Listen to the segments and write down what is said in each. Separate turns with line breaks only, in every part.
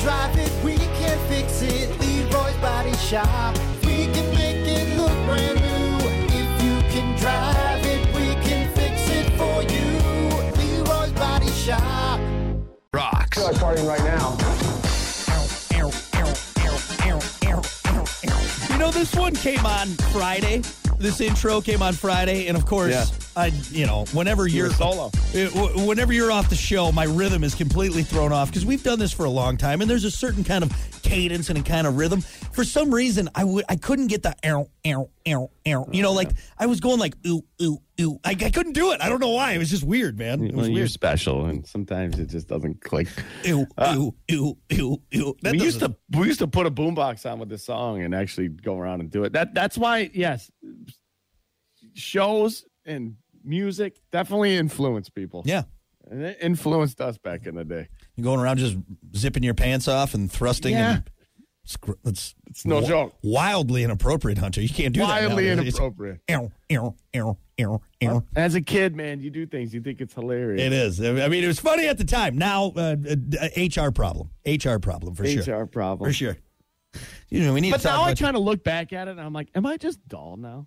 drive it, we can fix it. Leroy's Body Shop. We can make it look brand new. If you can drive it, we can fix it for you. Leroy's Body Shop.
Rocks.
feel like partying right now.
You know, this one came on Friday. This intro came on Friday, and of course,
Yeah.
I, you know, whenever you're
were solo.
it- w- whenever you're off the show, my rhythm is completely thrown off because we've done this for a long time, and there's a certain kind of cadence and a kind of rhythm. For some reason, I would I couldn't get the ow ow ow ow. You
Oh,
know, like I was going like ooh ooh ooh. I, I couldn't do it. I don't know why. It was just weird, man. It
Well,
was
you're
weird.
special, and sometimes it just doesn't click.
Ew, ew, ew, ew, ew. That
Uh, we used
doesn't-
to we used to put a boombox on with this song and actually go around and do it. That that's why yes, shows and music definitely influence people.
yeah.
and it influenced us back in the day.
You're going around just zipping your pants off and thrusting.
Yeah.
And it's, gr- it's,
It's no joke.
Wildly inappropriate, Hunter. You can't do
Wildly
that.
inappropriate.
inappropriate. Ew, ew, ew, ew, ew.
As a kid, man, you do things you think it's hilarious.
It is. I mean, it was funny at the time. Now, uh, uh, HR problem. HR problem for
HR
sure.
problem.
For sure. You know, we need
But
to talk
now I
about-
kind of look back at it and I'm like, am I just dull now?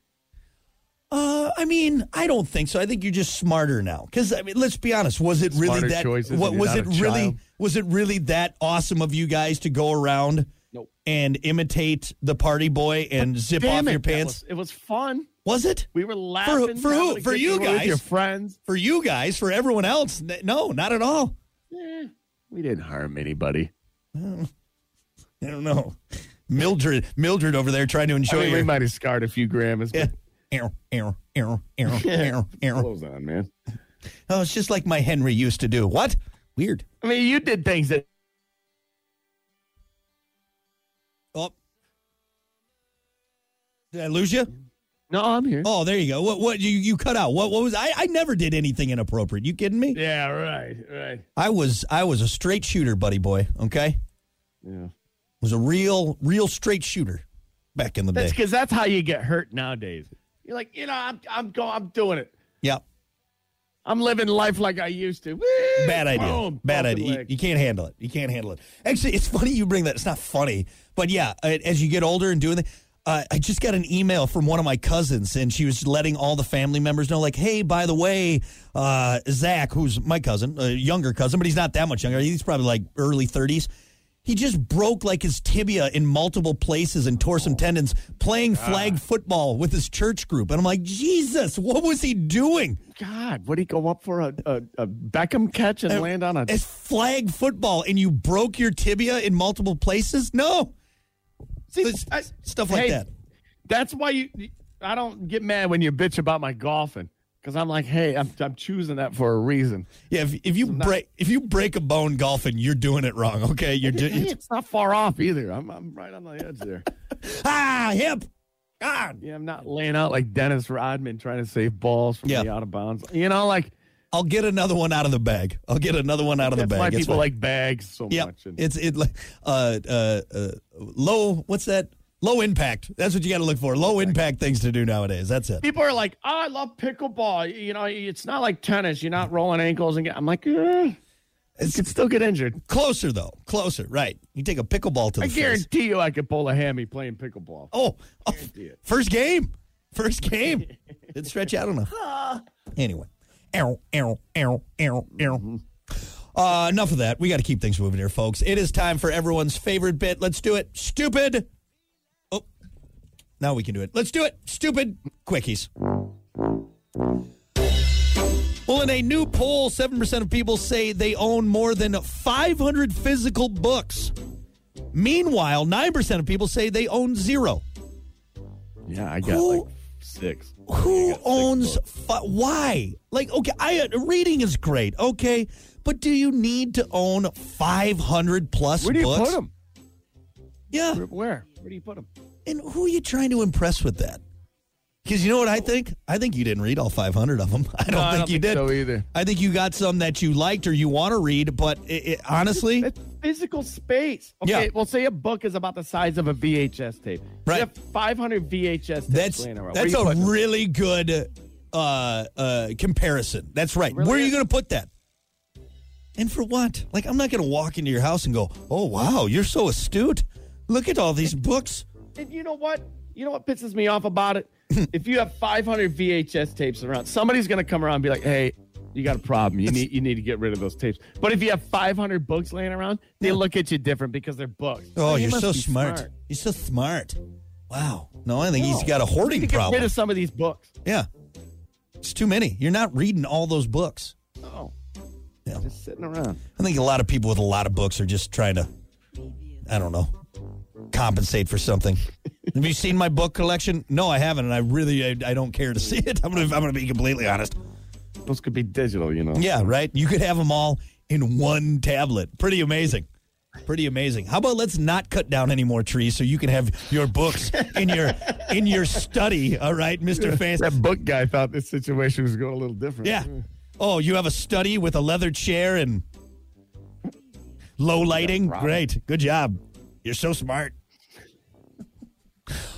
Uh, I mean, I don't think so. I think you're just smarter now. Because I mean, let's be honest. Was it
Smarter
really that?
choices
what
and
was
you're
it
not a
really?
child.
Was it really that awesome of you guys to go around
Nope.
and imitate the party boy and zip off
Damn it,
your
that
pants?
was- it was fun.
Was, it
We were laughing
for who-
having a
for
good
you
time
guys?
with your friends.
for you guys? For everyone else? N- No, not at all.
Eh, we didn't harm anybody.
I don't know. Mildred, Mildred over there trying to
I
enjoy
mean,
your.
we might have scarred a few grams.
yeah.
But
Err, err, err, err, err, err.
clothes on, man.
Oh, it's just like my Henry used to do. What? Weird.
I mean, you did things that
Oh. Did I lose you?
no, I'm here.
Oh, there you go. What what you, you cut out? What what was I? I never did anything inappropriate. You kidding me?
Yeah, right, right.
I was I was a straight shooter, buddy boy. Okay,
Yeah,
was a real real straight shooter back in the
that's
day.
because that's how you get hurt nowadays. You're like, you know, I'm, I'm going, I'm doing it.
Yeah,
I'm living life like I used to. Woo!
bad idea.
Boom,
Bad
broken
idea. You,
leg.
you can't handle it. You can't handle it. Actually, it's funny you bring that. It's not funny, but yeah, uh, as you get older and doing the. Uh, I just got an email from one of my cousins, and she was letting all the family members know, like, "Hey, by the way, uh, Zach, who's my cousin, a younger cousin, but he's not that much younger. He's probably like early thirties. He just broke like his tibia in multiple places and tore some tendons playing flag football with his church group. And I'm like, Jesus, what was he doing?
God, would he go up for a, a, a Beckham catch and land on a?
It's flag football and you broke your tibia in multiple places? No.
See,
it's-
I-
stuff like
hey,
that.
That's why you. I don't get mad when you bitch about my golfing because I'm like, hey, I'm, I'm choosing that for a reason.
Yeah, if, if you break if you break a bone golfing, you're doing it wrong. Okay, you're
Hey,
doing
it's not far off either. I'm, I'm right on the edge there.
ah hip. God,
Yeah, I'm not laying out like Dennis Rodman trying to save balls from
Yeah.
the out of bounds. You know, like
I'll get another one out of the bag. I'll get another one out of the
that's
bag.
why
It's
people
fine.
like bags so
Yep.
much. And
It's it like uh, uh uh low. What's that? Low impact. That's what you got to look for. Low impact things to do nowadays. That's it.
people are like, oh, I love pickleball. You know, it's not like tennis. You're not rolling ankles and get. I'm like, eh, you
It's
could still get injured.
closer though. Closer. Right. You take a pickleball to the
I
face.
guarantee you, I could pull a hammy playing pickleball.
Oh, oh,
it.
first game. First game. Did stretch out enough. Anyway. Ow, ow, ow, ow, ow. Uh, enough of that. We got to keep things moving here, folks. It is time for everyone's favorite bit. Let's do it. Stupid. Oh, now we can do it. Let's do it. Stupid quickies. Well, in a new poll, 7% of people say they own more than 500 physical books. Meanwhile, 9% of people say they own zero.
Yeah, I got
Who-
like six.
Who owns fi- why? Like, okay, I uh, reading is great, okay, but do you need to own five hundred plus
Where do you
books?
put them?
Yeah,
Where? Where do you put them?
and who are you trying to impress with that? Because you know what I think? I think you didn't read all five hundred of them. I don't
I
think
don't
you
think
did
so either.
I think you got some that you liked or you want to read, but i i honestly,
That's physical space. Okay,
Yeah.
well, say a book is about the size of a VHS tape.
Right.
You have 500 VHS tapes
that's
laying around. Where
that's
you
a
putting them?
really good uh, uh, comparison. That's right.
Really
Where are you
is.
going to put that? And for what? Like, I'm not going to walk into your house and go, oh, wow, you're so astute. Look at all these books.
And you know what? You know what pisses me off about it? if you have 500 VHS tapes around, somebody's going to come around and be like, "Hey, you got a problem. You need you need to get rid of those tapes." But if you have 500 books laying around, they look at you different because they're books.
Oh,
Like, you
you're
must
so
be
smart. You're so smart. Wow. No, I think he's
No.
got a
You
hoarding
need to get rid
problem.
of some of these books.
yeah. It's too many. You're not reading all those books.
Oh,
Yeah.
just sitting around.
I think a lot of people with a lot of books are just trying to, I don't know, compensate for something. Have you seen my book collection? No, I haven't, and I really I, I don't care to see it. I'm gonna I'm gonna be completely honest.
Those could be digital, you know.
Yeah, right. You could have them all in one tablet. Pretty amazing. Pretty amazing. How about let's not cut down any more trees so you can have your books in your in your study. All right, Mister Fancy.
That book guy thought this situation was going a little different.
Yeah. Oh, you have a study with a leather chair and low lighting? Great. Good job. You're so smart.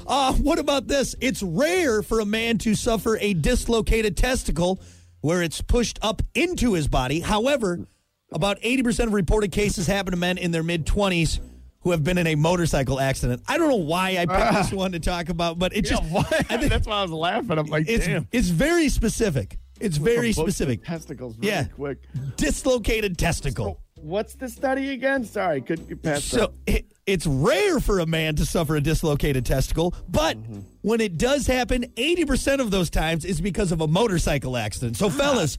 Uh, what about this? It's rare for a man to suffer a dislocated testicle where it's pushed up into his body. However, about 80% of reported cases happen to men in their mid 20s who have been in a motorcycle accident. I don't know why I picked this one to talk about, but it
Ah. Yeah,
just
what?
I think
That's why I was laughing. I'm like,
it's
damn.
it's very specific. It's very
Books and
specific.
Testicles really
Yeah.
quick.
dislocated
Oh,
testicle.
what's the study again? Sorry, couldn't get past that.
So it, it's rare for a man to suffer a dislocated testicle, but
Mm-hmm.
when it does happen, 80% of those times is because of a motorcycle accident.
Ah.
So, fellas,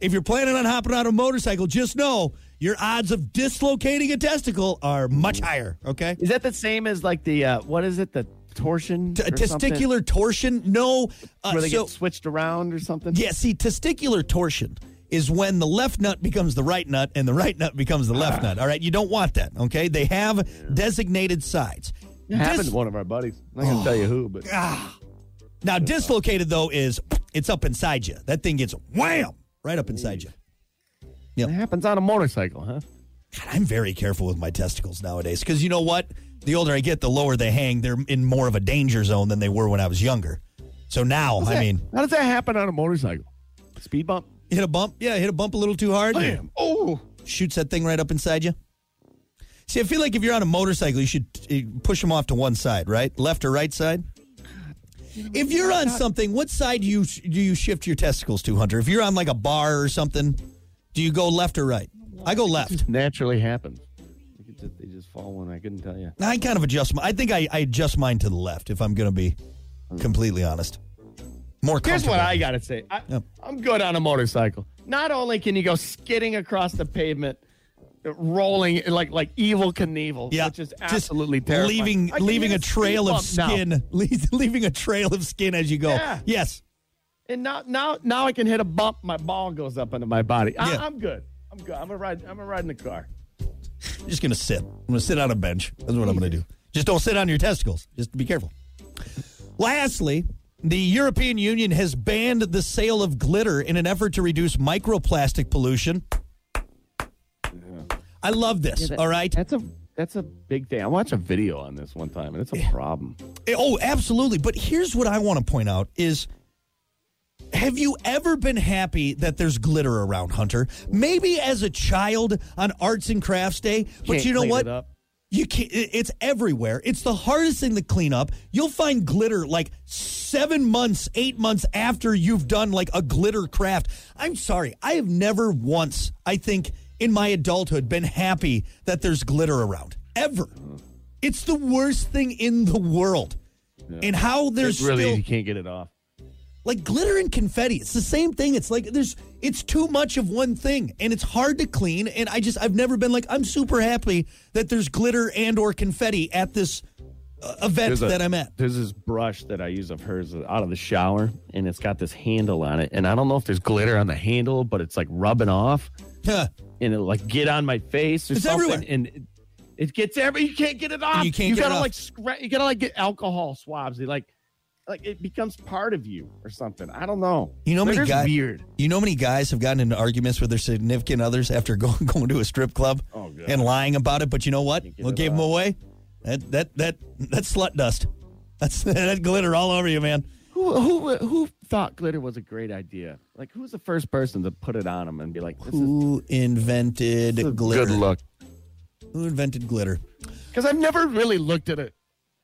if you're planning on hopping on a motorcycle, just know your odds of dislocating a testicle are much higher, okay?
Mm. Is that the same as like the uh, what is it? The torsion,
T-
or something?
testicular torsion? No. Uh,
where they
so,
get switched around or something.
yeah, see, testicular torsion is when the left nut becomes the right nut and the right nut becomes the
Ah.
left nut, all right? You don't want that, okay? They have designated sides.
it happened
Dis- Ah.
to one of our buddies. I'm not gonna tell you who,
Oh,
but
Now, dislocated though is it's up inside you. That thing gets wham right up inside you.
it happens on a motorcycle, huh?
God, I'm very careful with my testicles nowadays because you know what? The older I get, the lower they hang. They're in more of a danger zone than they were when I was younger. So now, I mean,
how does that happen on a motorcycle? Speed bump.
hit a bump, yeah, hit a bump a little too hard,
Bam. Oh,
shoots that thing right up inside you. See, I feel like if you're on a motorcycle, you should eh, push them off to one side, right? Left or right side. If you're on something, what side do you do you shift your testicles to, Hunter? If you're on like a bar or something, do you go left or right? I go left.
naturally happens. They could just- They just fall one. I couldn't tell you.
I kind of adjust. My, I think I, I adjust mine to the left. If I'm going to be completely honest, more.
Here's what
comfortable.
I gotta say. I,
Yep.
I'm good on a motorcycle. Not only can you go skidding across the pavement, uh, rolling like like evil Knievel,
Yeah,
which is
just
absolutely terrible. terrifying.
Leaving
I can
leaving
hit
a trail of
speed bump now.
skin, Le- leaving a trail of skin as you go.
Yeah.
Yes,
and now now now I can hit a bump. My ball goes up into my body. I,
Yeah.
I'm good. I'm good. I'm gonna ride. I'm gonna ride in the car.
I'm just gonna sit. I'm gonna sit on a bench. That's what I'm gonna do. Just don't sit on your testicles. Just be careful. Lastly, the European Union has banned the sale of glitter in an effort to reduce microplastic pollution. I love this. all right.
That's a that's a big thing. I watched a video on this one time, and it's a problem.
Oh, absolutely. But here's what I want to point out is have you ever been happy that there's glitter around, Hunter? Maybe as a child on Arts and Crafts Day, but
Can't
you know
clean
what?
it up.
You can't. it- It's everywhere. It's the hardest thing to clean up. You'll find glitter like seven months, eight months after you've done like a glitter craft. I'm sorry, I have never once, I think, in my adulthood, been happy that there's glitter around ever. It's the worst thing in the world. And how there's
It's really
still
you can't get it off.
like glitter and confetti. It's the same thing. It's like there's it's too much of one thing and it's hard to clean and I just I've never been like I'm super happy that there's glitter and or confetti at this uh, event
a-
that I'm at.
There's this brush that I use of hers out of the shower, and it's got this handle on it. And I don't know if there's glitter on the handle, but it's like rubbing off,
Huh.
and it'll like get on my face or
It's
something.
everywhere.
And it, it gets every. You can't get it off.
You can't
You
get it
gotta
off.
like scra- You gotta like get alcohol swabs. They like, like it becomes part of you or something. I don't know.
You know how many
Glitter's
guy-
weird.
You know how many guys have gotten into arguments with their significant others after going going to a strip club
Oh, God.
and lying about it, but you know what?
Can't get
What
it
gave them
off.
away? That that that that slut dust. That's that glitter all over you, man.
Who who who thought glitter was a great idea? Like, who was the first person to put it on them and be like, "This is
Who invented
a
glitter?
good look"?
Who invented glitter?
Because I've never really looked at a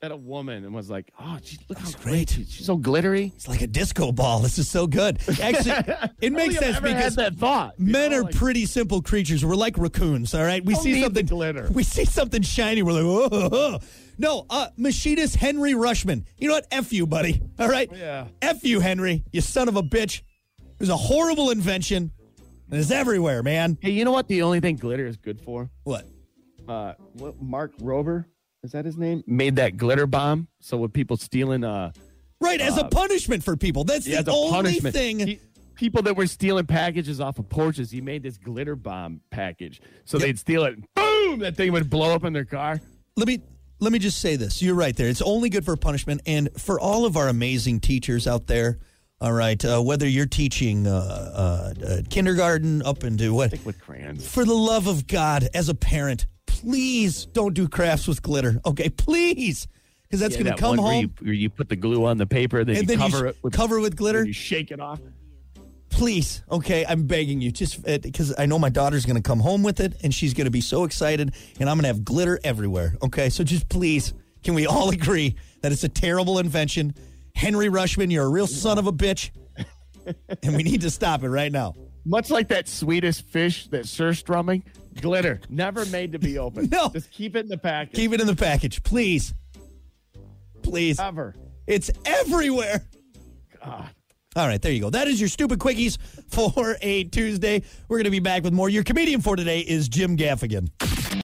at a woman and was like, "Oh, she, look how great
great.
she, she's so glittery."
It's like a disco ball. This is so good. Actually, it
I don't think I've
makes sense
ever
because
had that thought. you
Men
know,
are
like,
pretty simple creatures. We're like raccoons, all right? We
Don't
see
need
something
the glitter.
We see something shiny, we're like, "Whoa, whoa, whoa." No, uh Machinist Henry Rushman. You know what? F you, buddy. All right?
Yeah.
F you, Henry, you son of a bitch. It was a horrible invention. And it's everywhere, man.
Hey, you know what? The only thing glitter is good for,
What?
uh, what, Mark Rober is that his name? Made that glitter bomb. So with people stealing, uh,
Right, as a punishment for people. That's
yeah,
the
the
only
punishment
thing.
He- people that were stealing packages off of porches, he made this glitter bomb package. So they'd steal it, boom, that thing would blow up in their car.
let me let me just say this. You're right there. It's only good for punishment, and for all of our amazing teachers out there. All right, uh, whether you're teaching uh, uh, uh, kindergarten up into what?
With crayons.
For the love of God, as a parent, please don't do crafts with glitter. Okay, please, because that's going
that
to come
one where
home
you, where you put the glue on the paper, then
and
you
then
cover
you s-
it with
cover with glitter.
and you shake it off.
please okay i'm begging you just because i know my daughter's gonna come home with it and she's gonna be so excited and i'm gonna have glitter everywhere okay so just please can we all agree that it's a terrible invention henry rushman you're a real son of a bitch and we need to stop it right now
Much like that Swedish fish that Sir strumming, glitter never made to be opened.
No.
just keep it in the package.
keep it in the package please please
cover.
it's everywhere
God.
All right, there you go. That is your stupid quickies for a Tuesday. We're going to be back with more. Your comedian for today is Jim Gaffigan.